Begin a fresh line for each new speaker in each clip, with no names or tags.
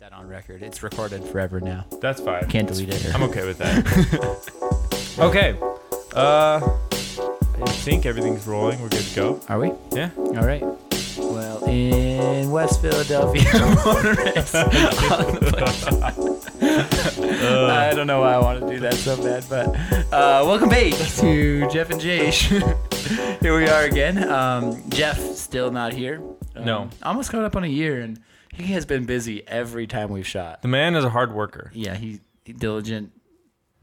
that on record. It's recorded forever now.
That's fine.
Can't delete it.
I'm okay with that. okay. Uh, I think everything's rolling. We're good to go.
Are we?
Yeah.
All right. Well, in West Philadelphia, motorists on the bus-
Uh.
I don't know why I want to do that so bad, but uh, welcome back to Jeff and Jash. here we are again. Um, Jeff still not here. Um,
No.
almost coming up on a year, and he has been busy every time we've shot.
The man is a hard worker.
Yeah, he diligent,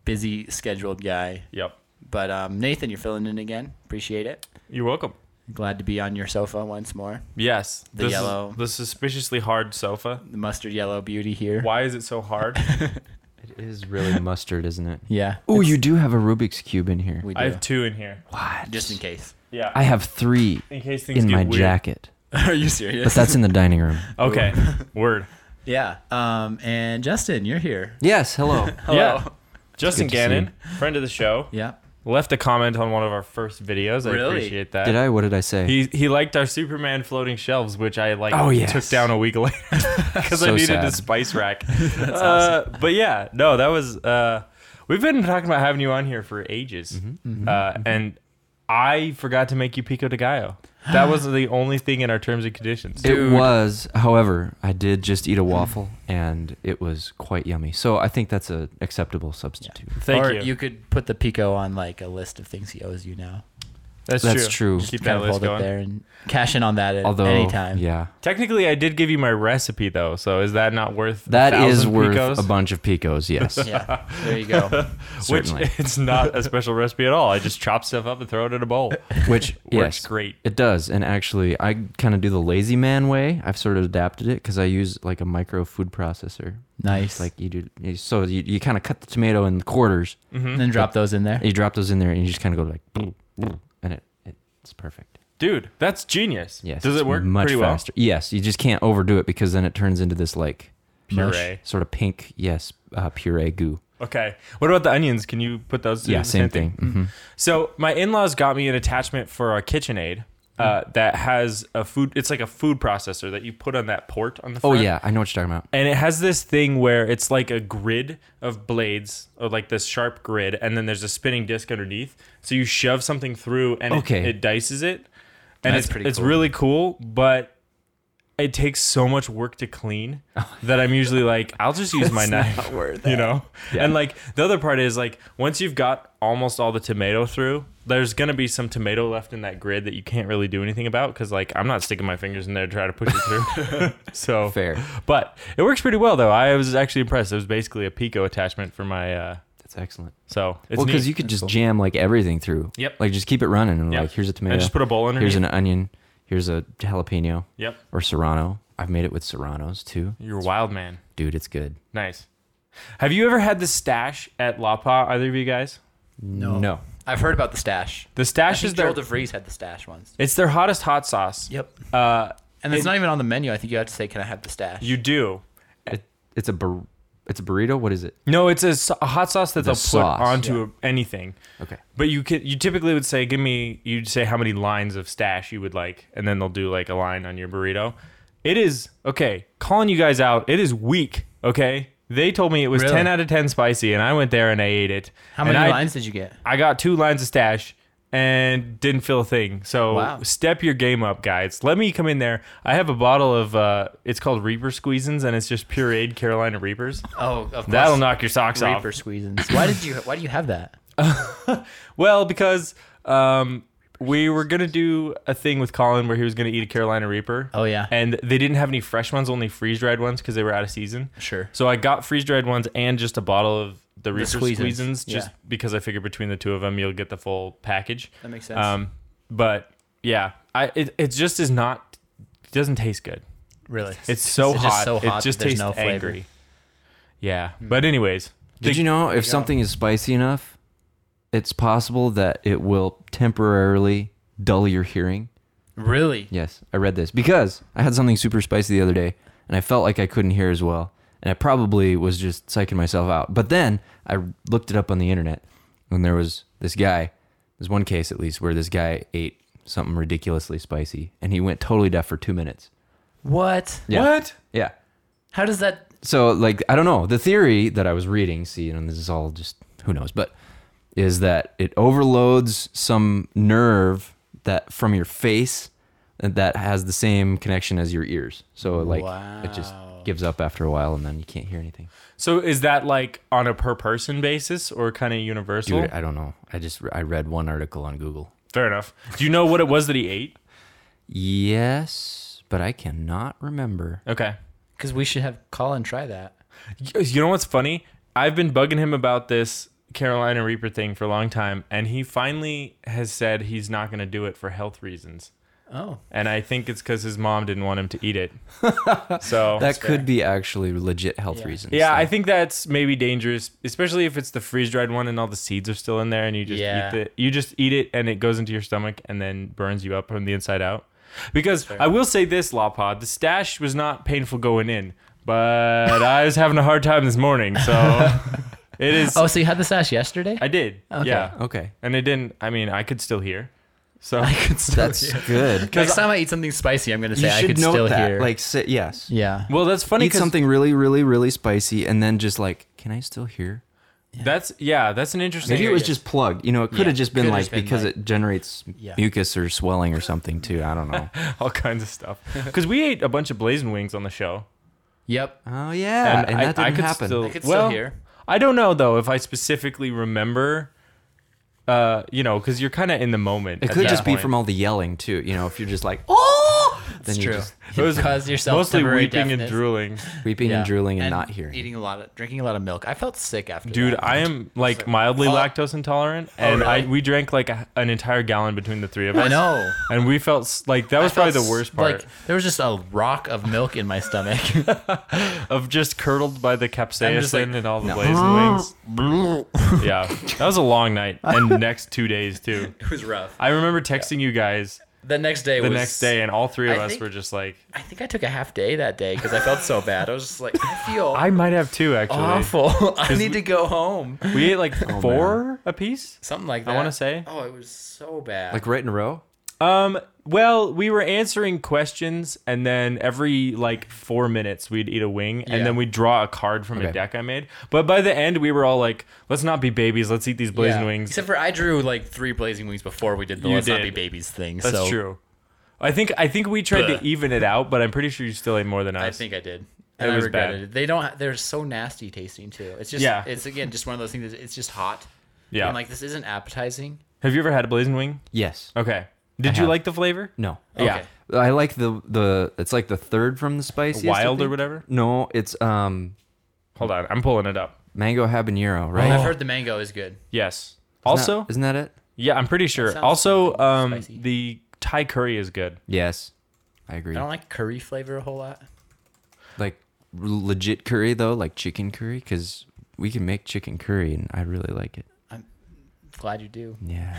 busy, scheduled guy.
Yep.
But um, Nathan, you're filling in again. Appreciate it.
You're welcome.
Glad to be on your sofa once more.
Yes.
The
this is-
yellow.
the suspiciously hard sofa.
The mustard yellow beauty here.
Why is it so hard?
It is really mustard, isn't it?
Yeah.
Oh, you do have a Rubik's cube in here.
We do.
I have two in here.
What?
just in case.
Yeah.
I have three
in case things
in
get
my
weird.
jacket,
Are you
but
serious?
that's in the dining room.
Okay. Word.
yeah. Um, and Justin, you're here.
Yes. Hello.
Yeah. Justin
Good to see
Gannon, friend of the show,
Yeah.
left a comment on one of our first videos. I
Really?
appreciate that.
Did I? What did I say?
He he liked our Superman floating shelves, which I like
Oh, yes.
took down a week later because I
So
needed a
sad.
spice rack. uh, But yeah, no, that was uh, we've been talking about having you on here for ages,
Mm-hmm.
uh, and I forgot to make you pico de gallo. That was the only thing in our terms and conditions.
It was, however, I did just eat a waffle, and it was quite yummy. So I think that's an acceptable substitute.
Thank
or
you.
you could put the pico on like a list of things he owes you now.
That's,
That's
true.
true.
Just
Keep
kind
that
of
list
hold
going.
it there and cash in on that at
Although,
any time.
yeah,
Technically, I did give you my recipe though, so is that not worth?
that is
1,000
worth
picos?
a bunch of picos. Yes.
Yeah. There you go.
Which
certainly.
it's not a special recipe at all. I just chop stuff up and throw it in a bowl.
Which
Works
yes,
great.
It does, and actually, I kind of do the lazy man way. I've sort of adapted it because I use like a micro food processor.
Nice.
Like you do, you- so you, you kind of cut the tomato in quarters.
Mm-hmm.
and then drop those in there.
You drop those in there, and you just kind of go like, bloop, bloop, and it it's perfect.
Dude, that's genius.
Yes.
Does
it's
it work
much
pretty
faster? Yes. You just can't overdo it because then it turns into this like
well?
Mush.
Puree.
sort of pink, yes, uh, puree goo.
Okay. What about the onions? Can you put those? through
yeah,
the Mm-hmm.
same thing. Mhm.
So my in-laws got me an attachment for a KitchenAid
Mm-hmm.
uh, that has a food. It's like a food processor that you put on that port on the.
Oh
front.
yeah, I know what you're talking about.
And it has this thing where it's like a grid of blades, or like this sharp grid, and then there's a spinning disc underneath. So you shove something through, and
Okay.
it, it dices it, and
That's
it's
pretty
it's
cool.
really cool. But it takes so much work to clean that I'm usually like, I'll just use my knife, you know. And like the other part is like once you've got almost all the tomato through, there's gonna be some tomato left in that grid that you can't really do anything about because like I'm not sticking my fingers in there to try to push it through. so
Fair.
but it works pretty well though. I was actually impressed. It was basically a Pico attachment for my. uh
That's excellent.
So it's
Well, because
neat.
you could just jam like everything through.
Yep.
Like just keep it running and
Yep.
like here's a tomato.
and just put a bowl underneath.
here's an onion. Here's a jalapeno
yep,
or serrano. I've made it with serranos too,
you're a wild man.
dude. It's good.
Nice. Have you ever had the stash at La Pa? Either of you guys?
No.
No.
I've heard about the stash.
The
I
stash is
think
their.
Joel DeVries had the stash once.
it's their hottest hot sauce.
Yep.
Uh,
And it's not even on the menu. I think you have to say, "Can I have the stash?"
you do.
It, it's a bur- it's a burrito. What is it?
No, it's a, s- a hot sauce that they'll
sauce.
put onto a- anything.
Okay.
But you could you typically would say, give me you'd say how many lines of stash you would like, and then they'll do like a line on your burrito. It is okay, calling you guys out, it is weak, okay? They told me it was
Really?
ten out of ten spicy, and I went there and I ate it.
How
And
many
I,
lines did you get?
I got two lines of stash and didn't feel a thing. So
Wow.
step your game up, guys. Let me come in there. I have a bottle of uh it's called Reaper Squeezins and it's just pureed Carolina Reapers.
Oh, of
That'll knock your socks off.
Reaper squeezins. Why did you? Why do you have that?
Well, because um, we were gonna do a thing with Colin where he was gonna eat a Carolina Reaper.
Oh, yeah.
and they didn't have any fresh ones, only freeze dried ones because they were out of season.
Sure.
So I got freeze dried ones and just a bottle of the Reaper
Squeezins.
squeezins, just
Yeah.
because I figured between the two of them you'll get the full package.
That makes sense.
Um, but yeah, I it, it just is not it doesn't taste good.
Really?
It's so
Is it just
hot.
so hot
It just
that there's
tastes
no flavor? Hmm.
angry. Yeah, but anyways,
Did
the-
you know if something is spicy enough, it's possible that it will temporarily dull your hearing?
really.
Yes, I read this because I had something super spicy the other day and I felt like I couldn't hear as well. And I probably was just psyching myself out. But then I looked it up on the internet and there was this guy, there's one case at least, where this guy ate something ridiculously spicy and he went totally deaf for two minutes.
What?
Yeah.
what?
Yeah.
How does that?
so like I don't know. The theory that I was reading, see, and this is all just who knows, but is that it overloads some nerve that from your face and that has the same connection as your ears. So like it just gives up after a while and then you can't hear anything.
So is that like on a per person basis or kind of universal?
Dude, I don't know. I just I read one article on Google.
Fair enough. Do you know what it was that he ate?
Yes, but I cannot remember.
Okay.
Because we should have Colin try that.
Y- You know what's funny? I've been bugging him about this Carolina Reaper thing for a long time, and he finally has said he's not going to do it for health reasons.
Oh.
And I think it's because his mom didn't want him to eat it. So
that could be actually legit health reasons.
Yeah, I
though.
think that's maybe dangerous, especially if it's the freeze dried one and all the seeds are still in there, and you just
Yeah.
eat it. You just eat it, and it goes into your stomach, and then burns you up from the inside out. Because I will say this, Lawpod, the stash was not painful going in, but I was having a hard time this morning, so it is.
Oh, so you had the sash yesterday?
I did,
Okay.
yeah,
okay.
and it didn't. I mean, I could still hear, so
That's good.
Next time I eat something spicy, I'm gonna say
you
I
should
could
note
still
that.
hear.
Like, sit, yes.
yeah.
well, that's funny.
Eat
'cause-
something really, really, really spicy, and then just like, can I still hear?
That's yeah, that's an interesting.
Maybe it was just plugged. You know, it could have just been
could've
like
just been,
because
like-
it generates
Yeah.
mucus or swelling or something too. I don't know.
all kinds of stuff. Because we ate a bunch of blazing wings on the show.
Yep.
oh yeah, and, that didn't
could
happen.
Still,
I could still
well,
hear.
I don't know though if I specifically remember. Uh, you know, because you're kind of in the moment.
it
at
could
that
just be
point.
from all the yelling too. You know, if you're just like, oh, then you
true.
just
It was
Cause yourself
mostly
temporary
weeping and
deafness.
drooling.
weeping and drooling and, not hearing.
Eating a lot of drinking a lot of milk. I felt sick after
Dude,
that.
I am like mildly lactose intolerant, and
oh.
I
really?
we drank like a, an entire gallon between the three of us.
I know.
and we felt s- like that was
I
probably
felt
the worst
s-
part
Like there was just a rock of milk in my stomach.
of just curdled by the capsaicin
like,
and all the
no.
blazing wings. yeah, that was a long night, and next two days too.
it was rough.
I remember texting you guys
The next day
the
was
next day, and all three of
I
us
think-
were just like,
I think I took a half day that day because I felt so bad. I was just like, I feel
I might have two actually.
awful. I need
we-
to go home.
We ate like four a piece.
Something like that.
I wanna say.
Oh, it was so bad.
like right in a row.
Um, well, we were answering questions, and then every like four minutes we'd eat a wing, and
Yeah.
then we'd draw a card from
Okay.
a deck I made. But by the end, we were all like, "Let's not be babies. Let's eat these blazing
Yeah.
wings."
Except for I drew like three blazing wings before we did the
You
Let's Not Be
did.
Babies thing.
That's
so
true. I think I think we tried
Bleh.
to even it out, but I'm pretty sure you still ate more than us.
I think I did. And
It
I
was
regretted
bad.
it. They don't. They're so nasty tasting too. It's just.
Yeah.
It's again just one of those things. That it's just hot.
Yeah.
I'm like this isn't appetizing.
have you ever had a blazing wing?
Yes.
Okay. Did you
have.
like the flavor?
No.
Yeah.
Okay.
I like the the. It's like the third from the spiciest. I
Wild or
think.
whatever?
No, it's um
Hold on, I'm pulling it up.
mango habanero, right?
I've heard the mango is good.
Yes.
Isn't that-
Also,
isn't that it?
Yeah, I'm pretty sure.
sounds
Also,
fucking
um,
spicy.
the Thai curry is good.
Yes, I agree.
I don't like curry flavor a whole lot.
like r- legit curry though, like chicken curry, because we can make chicken curry, and I really like it.
Glad you do.
Yeah,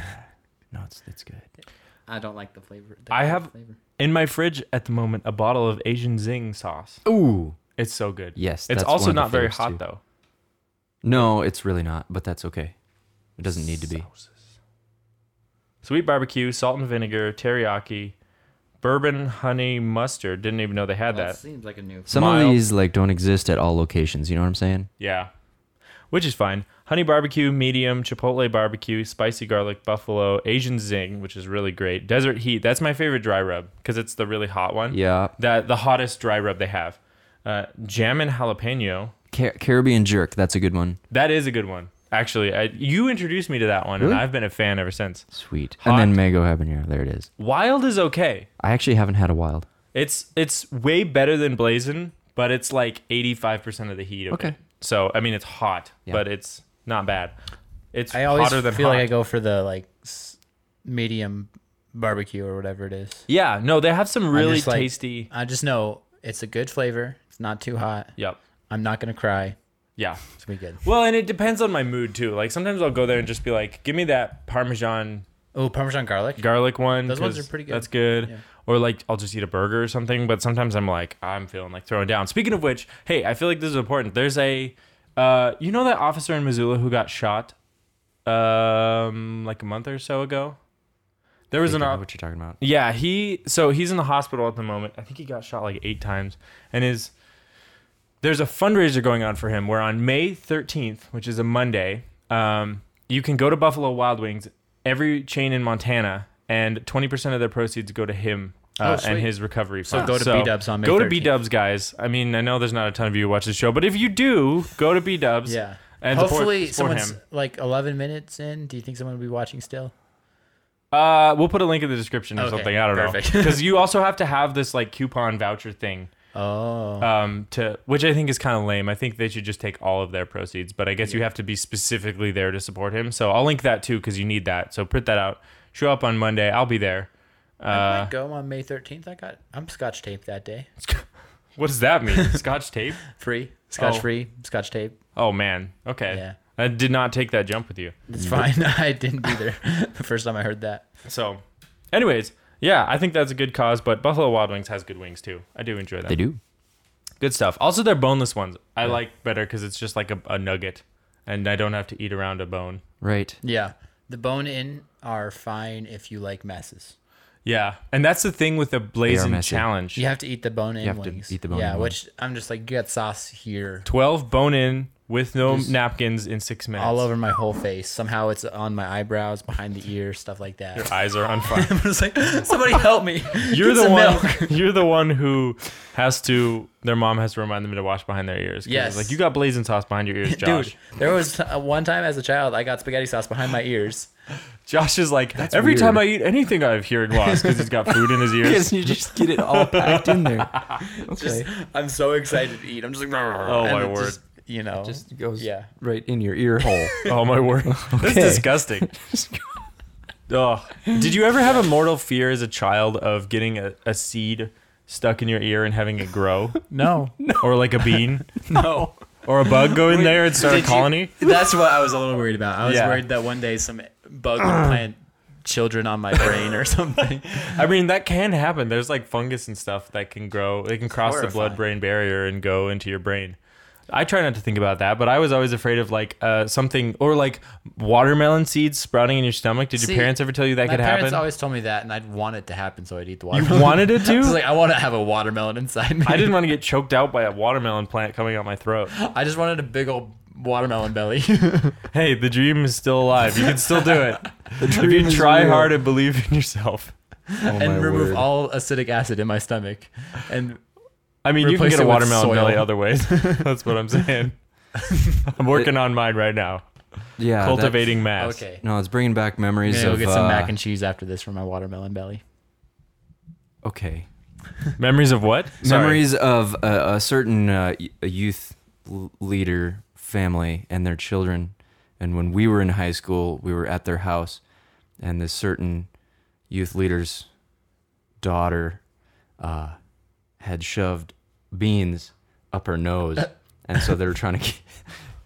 no, it's it's good.
I don't like the flavor. the
I
curry
have-
Flavor.
In my fridge at the moment, a bottle of Asian Zing sauce.
Ooh,
It's so good.
Yes,
it's
that's
also
one of the
not very
favorites,
hot
too.
though.
no, it's really not, but that's okay. It doesn't need to be.
Sweet barbecue, salt and vinegar, teriyaki, bourbon, honey, mustard. Didn't even know they had
That
that.
seems like a new.
Some of
mild.
these like don't exist at all locations. You know what I'm saying?
Yeah, which is fine. Honey barbecue, medium, chipotle barbecue, spicy garlic buffalo, Asian Zing, which is really great. Desert heat. That's my favorite dry rub because it's the really hot one.
Yeah,
That the hottest dry rub they have. Uh, jam and jalapeno.
Car- Caribbean jerk. That's a good one.
That is a good one. Actually, I, you introduced me to that one, and I've been a fan ever since.
Sweet,
Hot.
and then mango habanero. There it is.
Wild is okay.
I actually haven't had a wild.
It's it's way better than Blazin', but it's like eighty five percent of the heat. Of
Okay.
It. So I mean, it's hot,
Yeah.
but it's not bad. It's
I always
hotter than
feel
hot.
like I go for the like s- medium barbecue or whatever it is.
yeah, no, they have some really
just like-
tasty.
I just know it's a good flavor. It's not too hot.
Yep.
I'm not gonna cry.
Yeah.
It's gonna be good.
Well, and it depends on my mood too. Like sometimes I'll go there and just be like, "Give me that Parmesan
Oh, Parmesan garlic.
garlic one.
Those ones
'cause
are pretty good.
That's good.
Yeah.
Or like I'll just eat a burger or something. But sometimes I'm like I'm feeling like throwing down. Speaking of which, hey, I feel like this is important. There's a, uh, you know that officer in Missoula who got shot, um, like a month or so ago. There was
I
an
know
op-
what you're talking about.
yeah, he so he's in the hospital at the moment. I think he got shot like eight times, and his there's a fundraiser going on for him where on May 13th, which is a Monday, um, you can go to Buffalo Wild Wings, every chain in Montana, and 20% of their proceeds go to him. Uh,
Oh,
and
sweet.
his recovery
So
fund.
go to B-Dubs on May
Go to
13th.
B Dubs, guys. I mean, I know there's not a ton of you who watch the show, but if you do, go to B Dubs.
Yeah.
And support-
Hopefully,
support
someone's
him.
like 11 minutes in. Do you think someone will be watching still?
Uh, we'll put a link in the description or
Okay,
something. I don't
perfect.
know. Because you also have to have this like coupon voucher thing.
Oh.
Um, to which I think is kind of lame. I think they should just take all of their proceeds, but I guess you have to be specifically there to support him. So I'll link that too because you need that. So print that out. Show up on Monday. I'll be there.
I
Uh,
might go on May 13th. I got I'm scotch taped that day.
what does that mean? Scotch tape?
Free. Scotch
Oh.
free. Scotch tape.
Oh man. Okay. Mm-hmm.
Yeah.
I did not take that jump with you.
It's fine. I didn't either. the first time I heard that.
So, anyways, yeah, I think that's a good cause. But Buffalo Wild Wings has good wings too. I do enjoy that.
They do.
Good stuff. Also, their boneless ones I like better because it's just like a, a nugget, and I don't have to eat around a bone.
Right.
Yeah. The bone in are fine if you like messes.
Yeah, and that's the thing with the blazing
messy.
challenge.
You have to eat the bone in
have to
wings.
eat the bone-in
yeah,
wings.
which I'm just like, get sauce here.
Twelve bone in with no
Just
napkins in six minutes.
All over my whole face. Somehow it's on my eyebrows, behind the ear, stuff like that.
Eyes are on fire.
I'm just like, somebody help me. Get
You're the
some
one.
milk."
You're the one who has to. Their mom has to remind them to wash behind their ears. 'Cause it's
Yes.
like you got blazing sauce behind your ears, Josh.
Dude, there was uh, one time as a child, I got spaghetti sauce behind my ears.
Josh is like every
weird.
time I eat anything, I have hearing loss because he's got food in his ears.
you just get it all packed in there.
Just,
Okay.
I'm so excited to eat. I'm just like, oh
my word.
you know,
Just goes
yeah.
right in your ear hole.
oh my word, that's
Okay.
disgusting. Oh, did you ever have a mortal fear as a child of getting a, a seed stuck in your ear and having it grow,
No,
or like a bean,
no.
or a bug go in there and start a
Did you-
colony?
That's what I was a little worried about. I was
Yeah.
worried that one day some bug would plant children on my brain or something.
I mean, that can happen. There's like fungus and stuff that can grow. It can cross the
horrifying.
blood-brain barrier and go into your brain. I try not to think about that, but I was always afraid of like uh, something or like watermelon seeds sprouting in your stomach. Did
See,
your parents ever tell you that
my
could
parents
happen?
always told me that, and I'd want it to happen, so I'd eat the
you
watermelon.
wanted it
I was
to.
like, I want to have a watermelon inside me.
I didn't want to get choked out by a watermelon plant coming out my throat.
I just wanted a big old watermelon belly.
Oh Hey, the dream is still alive. You can still do it. if
dream
you
is
try
real.
hard and believe in yourself.
and remove all acidic acid in my stomach. And
I mean, you can
Replace
get a
it with
watermelon
soil.
belly other ways. That's what I'm saying. I'm working on mine right now.
Yeah. that-
Cultivating mass.
okay,
no, it's bringing back memories
maybe I'll
of.
get some
uh,
mac and cheese after this for my watermelon belly.
okay.
Memories of what?
Memories of a, a certain uh, y- a youth l- leader family and their children. And when we were in high school, we were at their house, and this certain youth leader's daughter uh, had shoved beans up her nose, and so they were trying to get,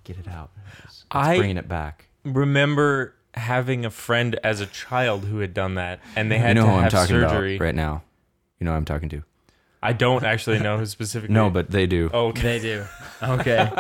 get it out. It's, it's
I-
bringing it back.
Remember having a friend as a child who had done that, and they
You
had
know
to
who I'm
have
talking
surgery.
about right now. You know who I'm talking to.
I don't actually know who specifically.
No, but they do.
Oh,
They
okay.
do. Okay.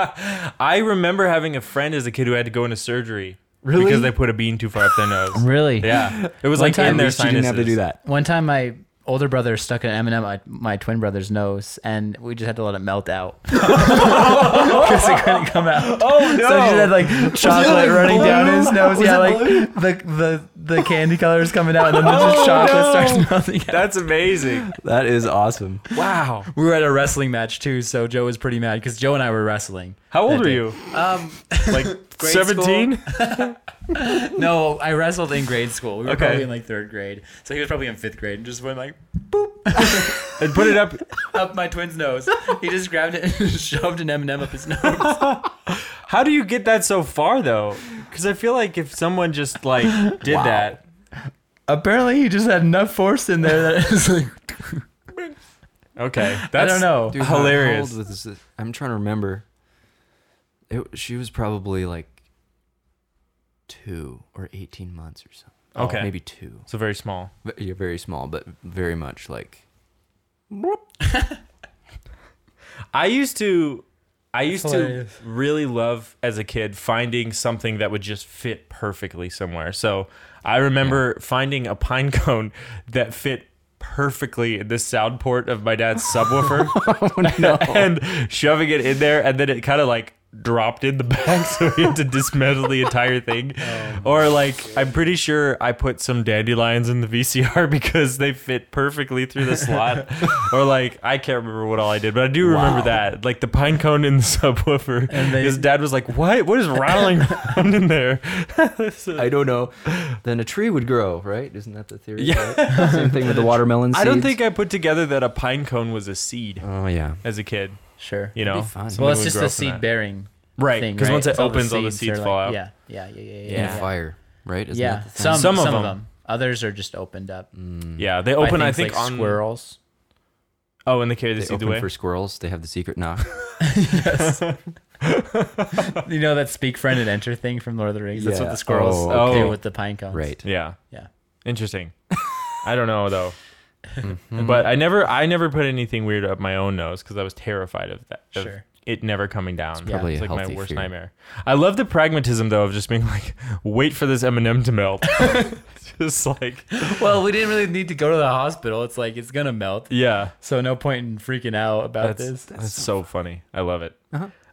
I remember having a friend as a kid who had to go into surgery
Really?
because they put a bean too far up their nose.
really?
Yeah, it was like
time-
in
At
their
you
sinuses.
didn't have to do that.
One time, my older brother stuck an M and m my my twin brother's nose, and we just had to let it melt out because it couldn't come out.
Oh no!
So he just had like chocolate
like,
running down
blue? Oh,
his nose.
Was
yeah,
it
like the the the candy colors coming out, and then there's just chocolate
no.
starts melting. Out.
That's amazing.
That is awesome.
Wow.
We were at a wrestling match too, so Joe was pretty mad because Joe and I were wrestling.
How old
That
were
day.
you?
Um,
Like
Grade school.
seventeen?
no, I wrestled in grade school. We were
Okay.
probably in like third grade, so he was probably in fifth grade, and just went like
And put it up.
up my twin's nose. He just grabbed it and shoved an M and m up his nose.
How do you get that so far though? Because I feel like if someone just like did that,
Apparently, he just had enough force in there that it's like
okay, that's
I don't know.
Dude, how- how
Hilarious.
old was this? I'm trying to remember. It, she was probably like two or 18 months or something. Oh,
Okay.
maybe two.
So very small.
Ve- You're very small, but very much like.
I used to I used to
hilarious.
really love as a kid finding something that would just fit perfectly somewhere. So I remember finding a pine cone that fit perfectly in the sound port of my dad's subwoofer and shoving it in there, and then it kind of like dropped in the back, so we had to dismantle the entire thing.
Oh,
or like, I'm pretty sure I put some dandelions in the VCR because they fit perfectly through the slot. or like, I can't remember what all I did, but I do remember
Wow.
that, like the pine cone in the subwoofer.
And they-
his dad was like, "What? What is rattling around in there?"
I don't know. Then a tree would grow, right? Isn't that the theory?
Yeah.
right? Same thing with the watermelon seeds.
I don't think I put together that a pine cone was a seed
Oh yeah.
as a kid.
Sure.
You know,
fun.
Something
Well,
would
well, it's just
grow
the
from that.
seed bearing.
right?
thing,
Because
right?
once it
It's all the
opens, all the
are
seeds
like-
fall out.
Yeah, yeah, yeah, yeah, yeah.
Yeah.
yeah.
Fire, right? Isn't
Yeah,
that the thing?
some
Some
some,
of
of
them.
them. Others are just opened up.
Yeah, they
by
open. I
things
think
like
on
squirrels.
Oh, and they carry the
They
seed
open
away.
for squirrels. They have the secret knock.
You know that speak friend and enter thing from Lord of the Rings. That's what
Yeah.
the squirrels
Oh, okay.
do with the pine cones.
right.
yeah,
Yeah.
interesting. I don't know though, but I never, I never put anything weird up my own nose because I was terrified of that. of
Sure.
It never coming down. It's
probably
a
like my
healthy
worst
fear.
nightmare. I love the pragmatism though of just being like, wait for this M and m to melt. just like,
Well, we didn't really need to go to the hospital. It's like it's gonna melt.
yeah.
So no point in freaking out about
That's,
this. Uh-huh.
that's so funny. I love it.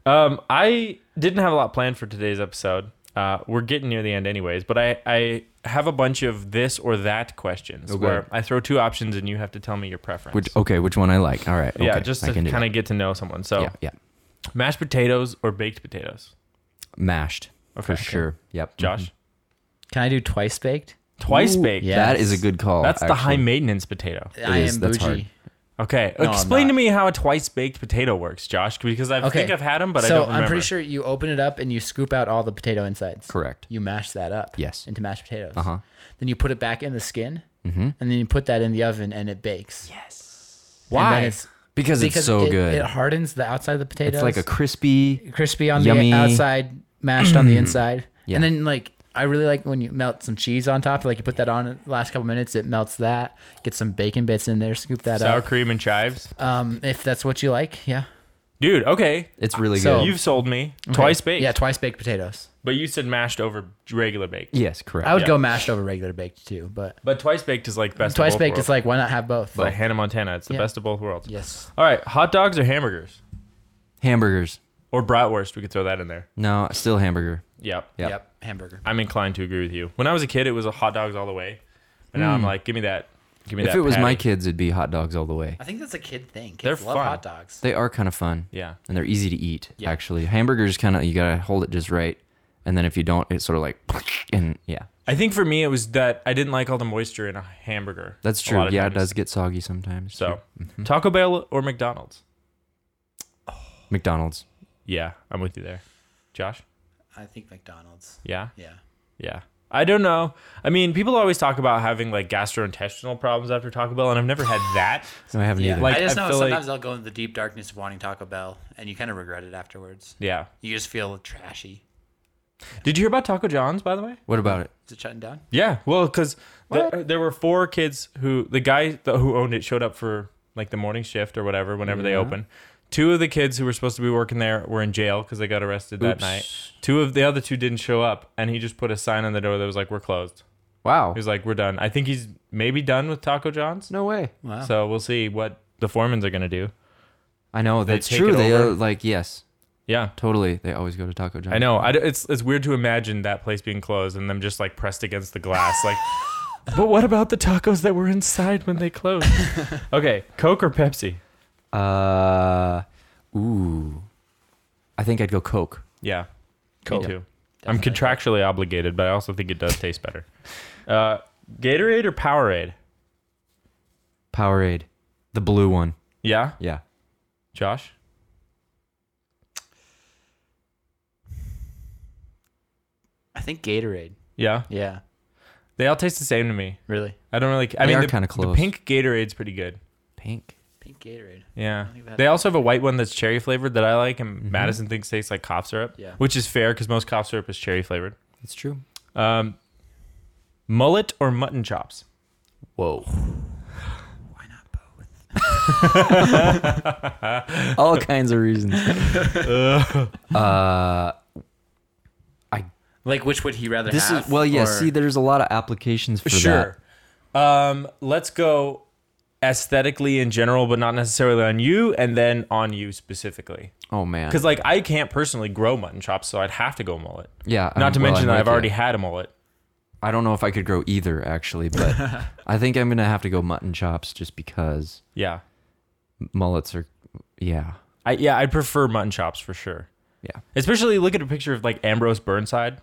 Um, I didn't have a lot planned for today's episode. Uh, we're getting near the end, anyways. But I, I have a bunch of this or that questions
Oh,
Okay.
where I throw two options and you have to tell me your preference.
Which okay, which one I like? All right. Okay.
yeah, just
I
to
can do
kind of get to know someone.
that.
So,
yeah, yeah.
mashed potatoes or baked potatoes,
Mashed
Okay,
for
okay.
sure. Yep. Mm-hmm.
Josh?
Can I do twice baked?
Twice
Ooh,
baked.
Mm-hmm. yeah. Oh,
That is a good call.
That's the high
actually.
maintenance potato.
I
is,
am
that's
bougie.
hard.
Okay,
No, I'm
explain to
not.
me how a twice baked potato works, Josh, because I
Okay.
think I've had them, but
so
I don't remember.
am pretty sure you open it up and you scoop out all the potato insides.
Correct.
You mash that up.
Yes.
Into mashed potatoes.
Uh
Uh-huh.
huh.
Then you put it back in the skin,
Mm-hmm.
and then you put that in the oven and it bakes. Yeah.
Why?
Because, it's so
it,
good.
It hardens the outside of the potatoes.
it's like a crispy.
crispy on
yummy-
the outside, mashed on the inside.
Yeah.
And then like I really like when you melt some cheese on top. Like you put that on in the last couple minutes, it melts that. Get some bacon bits in there, scoop that
Sour
up.
cream and chives.
Um, if that's what you like, yeah.
Dude, okay.
It's really
So-
good.
You've sold me. Twice baked.
Oh. Yeah, twice baked potatoes.
But you said mashed over regular baked.
Yes, correct.
I would
Yeah.
go mashed over regular baked too, but
But twice baked is like best.
twice
of both
baked
worlds.
is like why not have both?
By Hannah Montana. It's the
Yeah.
best of both worlds.
yes.
All right, hot dogs or hamburgers
Hamburgers.
or bratwurst. We could throw that in there.
No, still hamburger.
Yep.
Yep.
Hamburger.
I'm inclined to agree with you. When I was a kid, it was a hot dogs all the way, but now I'm like, give me that. Give me
Mm. If
that.
it was my
patty.
kids, it'd be hot dogs all the way.
I think that's a kid thing. Kids
They're
love
fun.
hot dogs.
They are kind of fun.
yeah.
and they're easy to eat. Actually, hamburgers kind of you gotta hold it just right, and then if you don't, it's sort of like and yeah,
I think for me it was that I didn't like all the moisture in a hamburger.
that's
a
true.
lot of
Yeah, it
times.
does get Mm-hmm. soggy sometimes.
So, Taco Bell or McDonald's?
McDonald's,
Yeah, I'm with you there, Josh.
I think McDonald's.
Yeah.
Yeah.
Yeah. I don't know. I mean, people always talk about having like gastrointestinal problems after Taco Bell, and I've never had that.
no, I haven't either.
Like, I feel like-
I'll go in the deep darkness of wanting Taco Bell and you kind of regret it afterwards.
yeah.
You just feel trashy.
Did you hear about Taco John's, by the way?
what about it?
Is it shutting down?
Yeah. Well, because there were four kids who the guy th- who owned it showed up for like the morning shift or whatever whenever they open. Two of the kids who were supposed to be working there were in jail because they got arrested that
Oops.
night. Two of the other two didn't show up, and he just put a sign on the door that was like, "We're closed."
Wow,
He was like, "We're done." I think he's maybe done with Taco John's.
no way.
Wow.
So we'll see what the foremans are gonna do.
I know that's
take
true.
it
They
over?
uh, like yes,
Yeah.
totally. They always go to Taco John's.
I know. I d it's it's weird to imagine that place being closed and them just like pressed against the glass. Like, but what about the tacos that were inside when they closed? okay, Coke or Pepsi?
Uh, ooh, I think I'd go Coke.
Yeah,
Coke.
Me too. I'm contractually obligated, but I also think it does taste better. Uh, Gatorade or Powerade?
Powerade, the blue one.
Yeah,
Yeah,
Josh.
I think Gatorade.
Yeah,
Yeah,
they all taste the same to me.
really.
I don't really. I
They
mean,
are
the-
kinda
The
close.
pink Gatorade's pretty good.
pink.
Pink Gatorade.
Yeah.
think that-
They also have a white one that's cherry flavored that I like, and Madison thinks tastes like cough syrup,
Yeah.
which is fair because most cough syrup is cherry flavored.
It's true.
Um, mullet or mutton chops?
Whoa. All kinds of reasons. uh,
Like, which would he rather
this is well, yeah. See, there's a lot of applications for that.
Um, let's go aesthetically in general, but not necessarily on you, and then on you specifically.
Oh man.
Because like I can't personally grow mutton chops, so I'd have to go mullet.
yeah.
Not
I'm-
to
well,
mention
I'm
that
with
I've already
ya.
had a mullet.
I don't know if I could grow either actually, but I think I'm gonna have to go mutton chops just because
Yeah,
mullets are. Yeah.
I yeah I'd prefer mutton chops for sure.
Yeah.
Especially look at a picture of like Ambrose Burnside.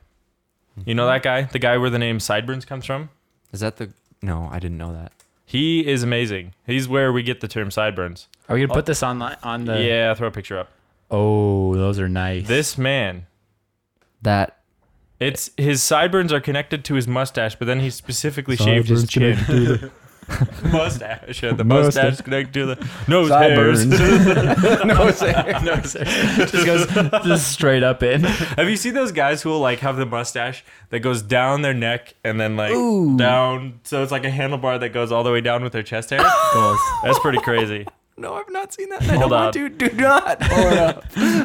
You know that guy, the guy where the name Sideburns comes from.
Is that the? No, I didn't know that.
He is amazing. He's where we get the term sideburns.
Are we gonna put this online on
Uh.
the?
Oh. yeah, throw a picture up.
Oh, those are nice.
This man,
That
it's his sideburns are connected to his mustache, but then he specifically shaved his chin. mustache, yeah, the mustache, connected to the nose hairs.
no, sir. no, sir. Just goes just straight up in.
have you seen those guys who will like have the mustache that goes down their neck and then like
Ooh.
down, so it's like a handlebar that goes all the way down with their chest hair?
Goals.
That's pretty crazy.
No, I've not seen that. I
Hold up.
to. Do not.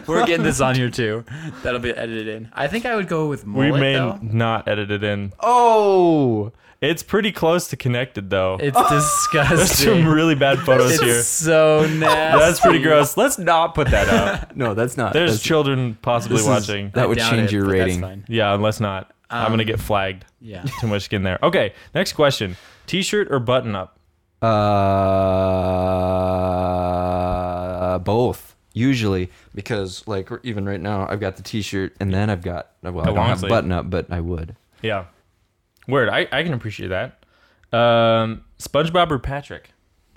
We're getting this on here too. That'll be edited in. I think I would go with
We
mullet
may
though.
not edit it in.
Oh.
It's pretty close to connected though.
It's
There's some
disgusting.
really bad photos
It's
here.
so nasty.
That's pretty gross. Let's not put that up.
No, that's not.
There's
that's,
children possibly
this is-
watching.
That
I
would
doubt
change
it,
your
but that's
rating.
fine.
yeah, unless not. I'm gonna
Um,
get flagged.
Yeah.
Too much skin there. Okay, next question. T-shirt or button up?
Uh, both usually because like r- even right now I've got the T-shirt and then I've got uh, well I
long
don't have
sleeve.
button up but I would.
Yeah. Word. I, I can appreciate that. Um, SpongeBob or Patrick?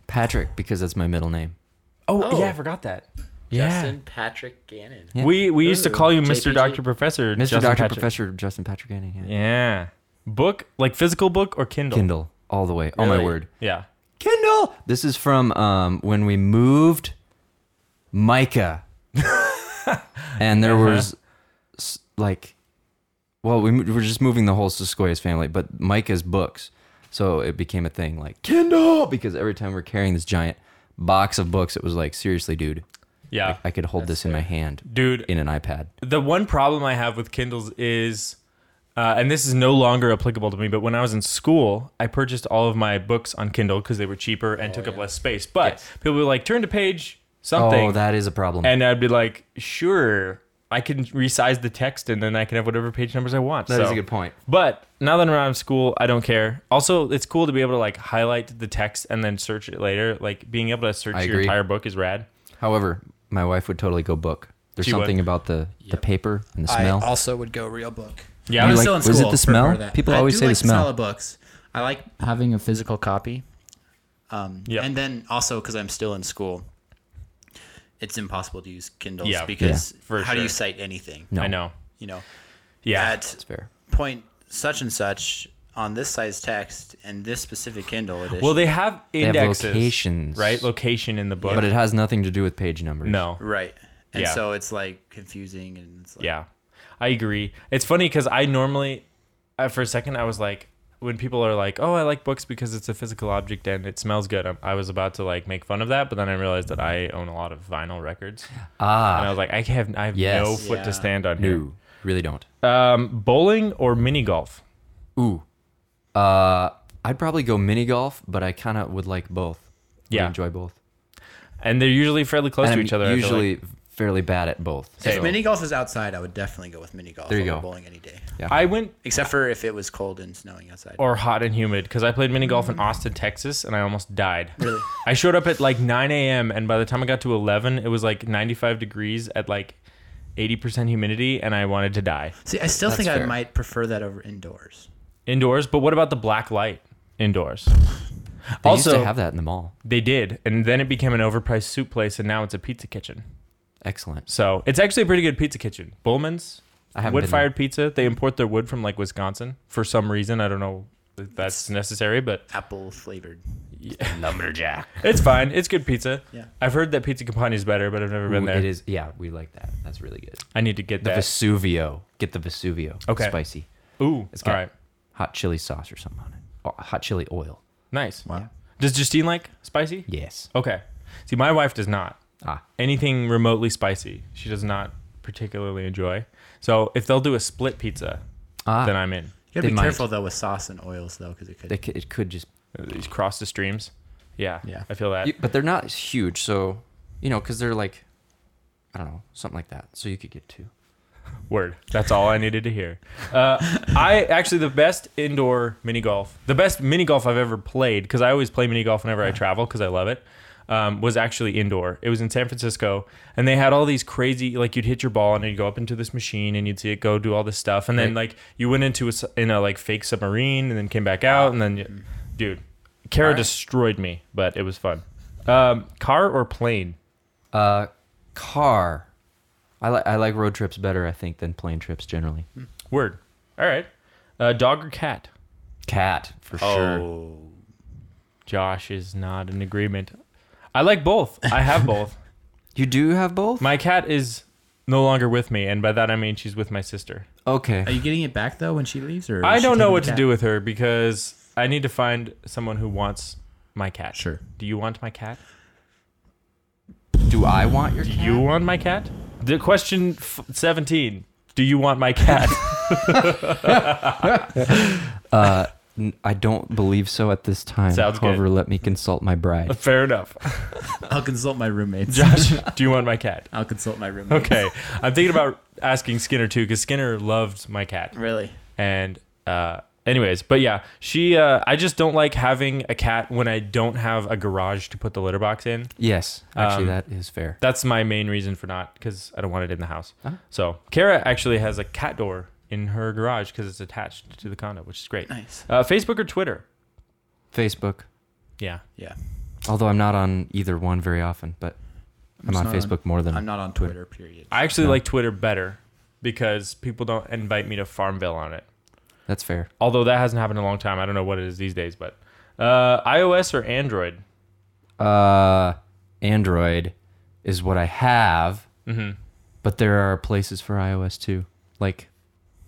Patrick because that's my middle name.
Oh,
Oh.
yeah, I forgot that.
Justin Patrick Gannon.
Yeah. We we used to
Ooh,
call you Mr.
JPG.
Doctor Professor.
Mr.
Justin
Doctor
Patrick.
Professor Justin Patrick Anning. Yeah.
Yeah. Book like physical book or Kindle?
Kindle all the way. Oh my
Really?
word.
Yeah.
Kindle. This is from um, when we moved Micah, and there
Uh-huh.
was s- like, well, we, mo- we were just moving the whole Sequoia's family, but Micah's books, so it became a thing like Kindle because every time we're carrying this giant box of books, it was like seriously, dude,
Yeah.
I could hold this in my hand
Dude,
in an iPad.
the one problem I have with Kindles is, uh, and this is no longer applicable to me, but when I was in school, I purchased all of my books on Kindle because they were cheaper and took up less space. But
Oh, Yes.
people were like, turn to page something.
Oh, that is a problem.
and I'd be like, sure, I can resize the text and then I can have whatever page numbers I want.
That is
So-
a good point.
But now that I'm out of school, I don't care. Also, it's cool to be able to like highlight the text and then search it later. Like being able to search
I
your
agree.
entire book is rad.
However, my wife would totally go book. There's
She would.
something about the the paper and the
I
smell.
also would go real book.
Yeah.
You
I'm
like-
still-
Still in
was it
school,
the
for
smell?
part of that.
People
I
always
do
say the
like
smell.
of books. I like having a physical copy. Um,
Yeah.
And then also because I'm still in school, it's impossible to use Kindles
Yeah,
because
for
how do you
sure.
cite anything?
I know.
You know,
Yeah.
at
fair.
point such and such on this size text and this specific Kindle edition.
Well, they have
have
indexes,
locations.
right? Location in the book.
But it has nothing to do with page numbers.
no.
right. And
Yeah.
so it's like confusing and it's like,
Yeah, I agree. It's funny because I normally, uh, for a second, I was like, when people are like, "Oh, I like books because it's a physical object and it smells good," i I was about to like make fun of that, but then I realized that I own a lot of vinyl records, and I
Ah,
was like, "I have I have
Yes.
no foot
Yeah.
to stand on here."
no, really don't.
Um, bowling or mini golf?
Ooh, uh, I'd probably go mini golf, but I kind of would like both. Would
Yeah.
enjoy both.
And they're usually fairly close
And
to
I'm
each other. I feel like.
Usually fairly bad at both.
If mini golf is outside, I would definitely go with mini golf.
There you
over
go.
Bowling any day,
I went
except for if it was cold and snowing outside.
or hot and humid because I played mini golf
Mm.
in Austin, Texas, and I almost died. Really? I showed up at like 9 a.m. and by the time I got to 11, it was like 95 degrees at like 80% humidity, and I wanted to die
See, I still think
fair.
I might prefer that over indoors.
indoors. But what about the black light indoors?
They
also,
used to have that in the mall.
they did, and then it became an overpriced soup place, and now it's a pizza kitchen.
Excellent.
So it's actually a pretty good pizza kitchen. Bullman's
I haven't been
wood fired pizza. They import their wood from like Wisconsin for some reason. I don't know if that's necessary, but
Apple flavored.
Lumberjack. It's fine. It's good pizza.
Yeah.
I've heard that Pizza Campani is better, but I've never
there.
been
Ooh,
there.
It is. Yeah, we like that. That's really good.
I need to get
The
that.
Vesuvio. Get the Vesuvio.
Okay.
Spicy.
Ooh.
It's got
all right.
hot chili sauce or something on it. Oh, hot chili oil.
Nice. Does Justine like spicy?
Yes.
Okay. See, my wife does not.
Ah.
Anything remotely spicy, she does not particularly enjoy. So if they'll do a split pizza,
Ah.
then I'm in.
You
They
gotta be
might.
careful though with sauce and oils though, because it could.
They could, it could just.
These cross the streams. Yeah.
Yeah.
I feel that.
You- but they're not huge, so you know, because they're like, I don't know, something like that. So you could get two.
Word. That's all I needed to hear. Uh, I actually the best indoor mini golf, the best mini golf I've ever played because I always play mini golf whenever I travel because I love it. Um, was actually indoor. It was in San Francisco, and they had all these crazy like you'd hit your ball and you'd go up into this machine and you'd see it go do all this stuff, and then like you went into a, s- in a like fake submarine and then came back out, and then you, dude, Kara destroyed me, but it was fun. Um, car or plane?
Uh, car. I like I like road trips better, I think, than plane trips generally.
Hmm.
Word. All right. Uh, dog or cat?
Cat for sure.
Oh,
Josh is not in agreement. I like both. I have both.
You do have both.
My cat is no longer with me, and by that I mean she's with my sister.
okay.
are you getting it back though when she leaves, or
I
is she
don't know
taking
what
the
to
cat?
do with her because I need to find someone who wants my cat.
Sure.
Do you want my cat?
do I want your?
Do
cat?
you want my cat? The question f- 17. Do you want my cat?
Uh, n- I don't believe so at this time.
Sounds good.
However, let me consult my bride.
Fair enough.
I'll consult my roommates.
Josh, do you want my cat?
I'll consult my roommates.
Okay. I'm thinking about asking Skinner too because Skinner loved my cat.
Really?
and uh anyways but yeah she uh i just don't like having a cat when i don't have a garage to put the litter box in
Yes, actually,
Um,
that is fair.
that's my main reason for not because i don't want it in the house
Huh?
so kara actually has a cat door in her garage because it's attached to the condo which is great
Nice.
uh, facebook or twitter
Facebook.
yeah
Yeah.
Although I'm not on either one very often, but I'm,
just
on
not
Facebook more than
I'm not on Twitter. Period.
i actually
No.
like twitter better because people don't invite me to farmville on it
that's fair.
although that hasn't happened in a long time i don't know what it is these days but uh, ios or android
Uh, Android is what I have,
Mhm.
but there are places for iOS too. Like,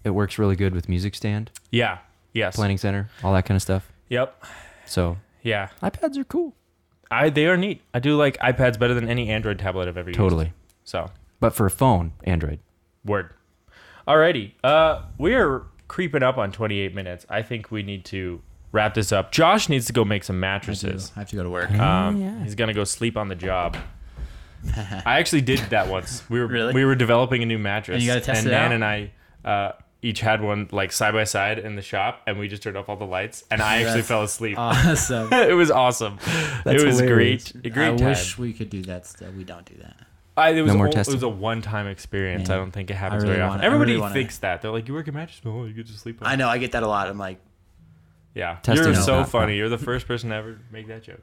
it works really good with Music Stand,
yeah yes
Planning Center, all that kind of stuff.
yep
So
yeah
iPads are cool.
I they are neat. I do like iPads better than any Android tablet I've ever used.
Totally.
So
But for a phone, Android.
word. Alrighty. Uh, we are creeping up on 28 minutes. I think we need to wrap this up. Josh needs to go make some mattresses.
I Oh, have to go to work.
Um,
Oh, yeah.
he's gonna go sleep on the job. I actually did that once. We were
Really?
we were developing a new mattress,
And you gotta test
and
it
Nan
out?
and I uh, each had one like side by side in the shop, and we just turned off all the lights, and I actually
That's
fell asleep.
Uh, awesome.
it was awesome. it was
hilarious.
great. A great
I
time.
wish we could do that. Still, we don't do that.
I, it was
No
a
more
whole-
testing.
It was a one-time experience.
Yeah.
I don't think it happens
I really
very
wanna-
often.
I really
Everybody
wanna-
thinks that they're like, "You work in mattress, oh, you get to sleep." on
I
it."
know. I get that a lot. I'm like,
Yeah,
Testing
you're
is
so
not-
funny. You're the first person to ever make that joke.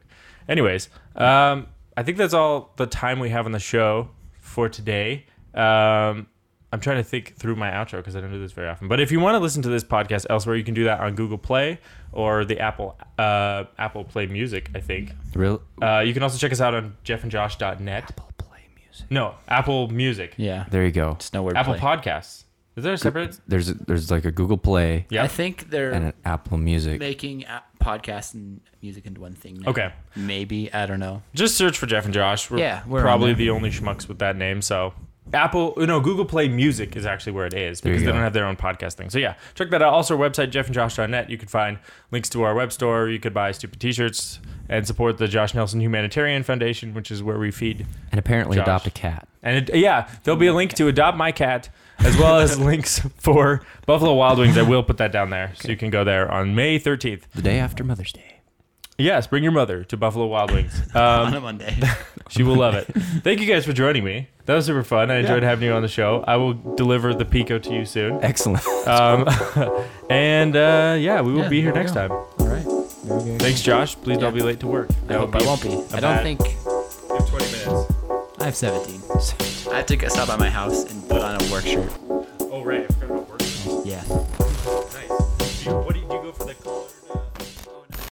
Anyways, um, I think that's all the time we have on the show for today. Um, I'm trying to think through my outro because I don't do this very often. But if you want to listen to this podcast elsewhere, you can do that on Google Play or the Apple uh, Apple Play Music. I think
Real
uh, you can also check us out on jeffandjosh.net.
Apple Play Music.
No, Apple Music.
yeah,
There you go.
it's nowhere.
Apple Podcasts. Is there a separate?
There's there's like a Google Play
Yeah.
I think they're
and an Apple Music.
making app- podcasts and music into one thing. Now.
Okay.
Maybe I don't know.
Just search for Jeff and Josh. We're
Yeah, we're on
probably
there.
the only schmucks with that name. So Apple, uh, no, Google Play Music is actually where it is
you
because they
go.
don't have their own podcast thing. So yeah, check that out. Also, our website jeffandjosh.net. You can find links to our web store. You could buy stupid T-shirts and support the Josh Nelson Humanitarian Foundation, which is where we feed.
And apparently
Josh.
adopt a cat.
And it, yeah, there'll be a link to adopt my cat, as well as links for Buffalo Wild Wings. I will put that down there, so you can go there on May thirteenth.
The day after Mother's Day.
Yes, bring your mother to Buffalo Wild Wings. Um,
On a Monday.
She will love it. Thank you guys for joining me. That was super fun. I enjoyed having you on the show. I will deliver the Pico to you soon.
Excellent.
Um, and uh, yeah, we will
Yeah,
be here
there we
next
go.
time.
All right.
Thanks, Josh. Please don't
Yeah.
be late to work.
I hope I won't be. I don't
bad-
think
You have 20 minutes.
I have 17. I have to go stop by my house and put on a work shirt.
Oh, right. uh,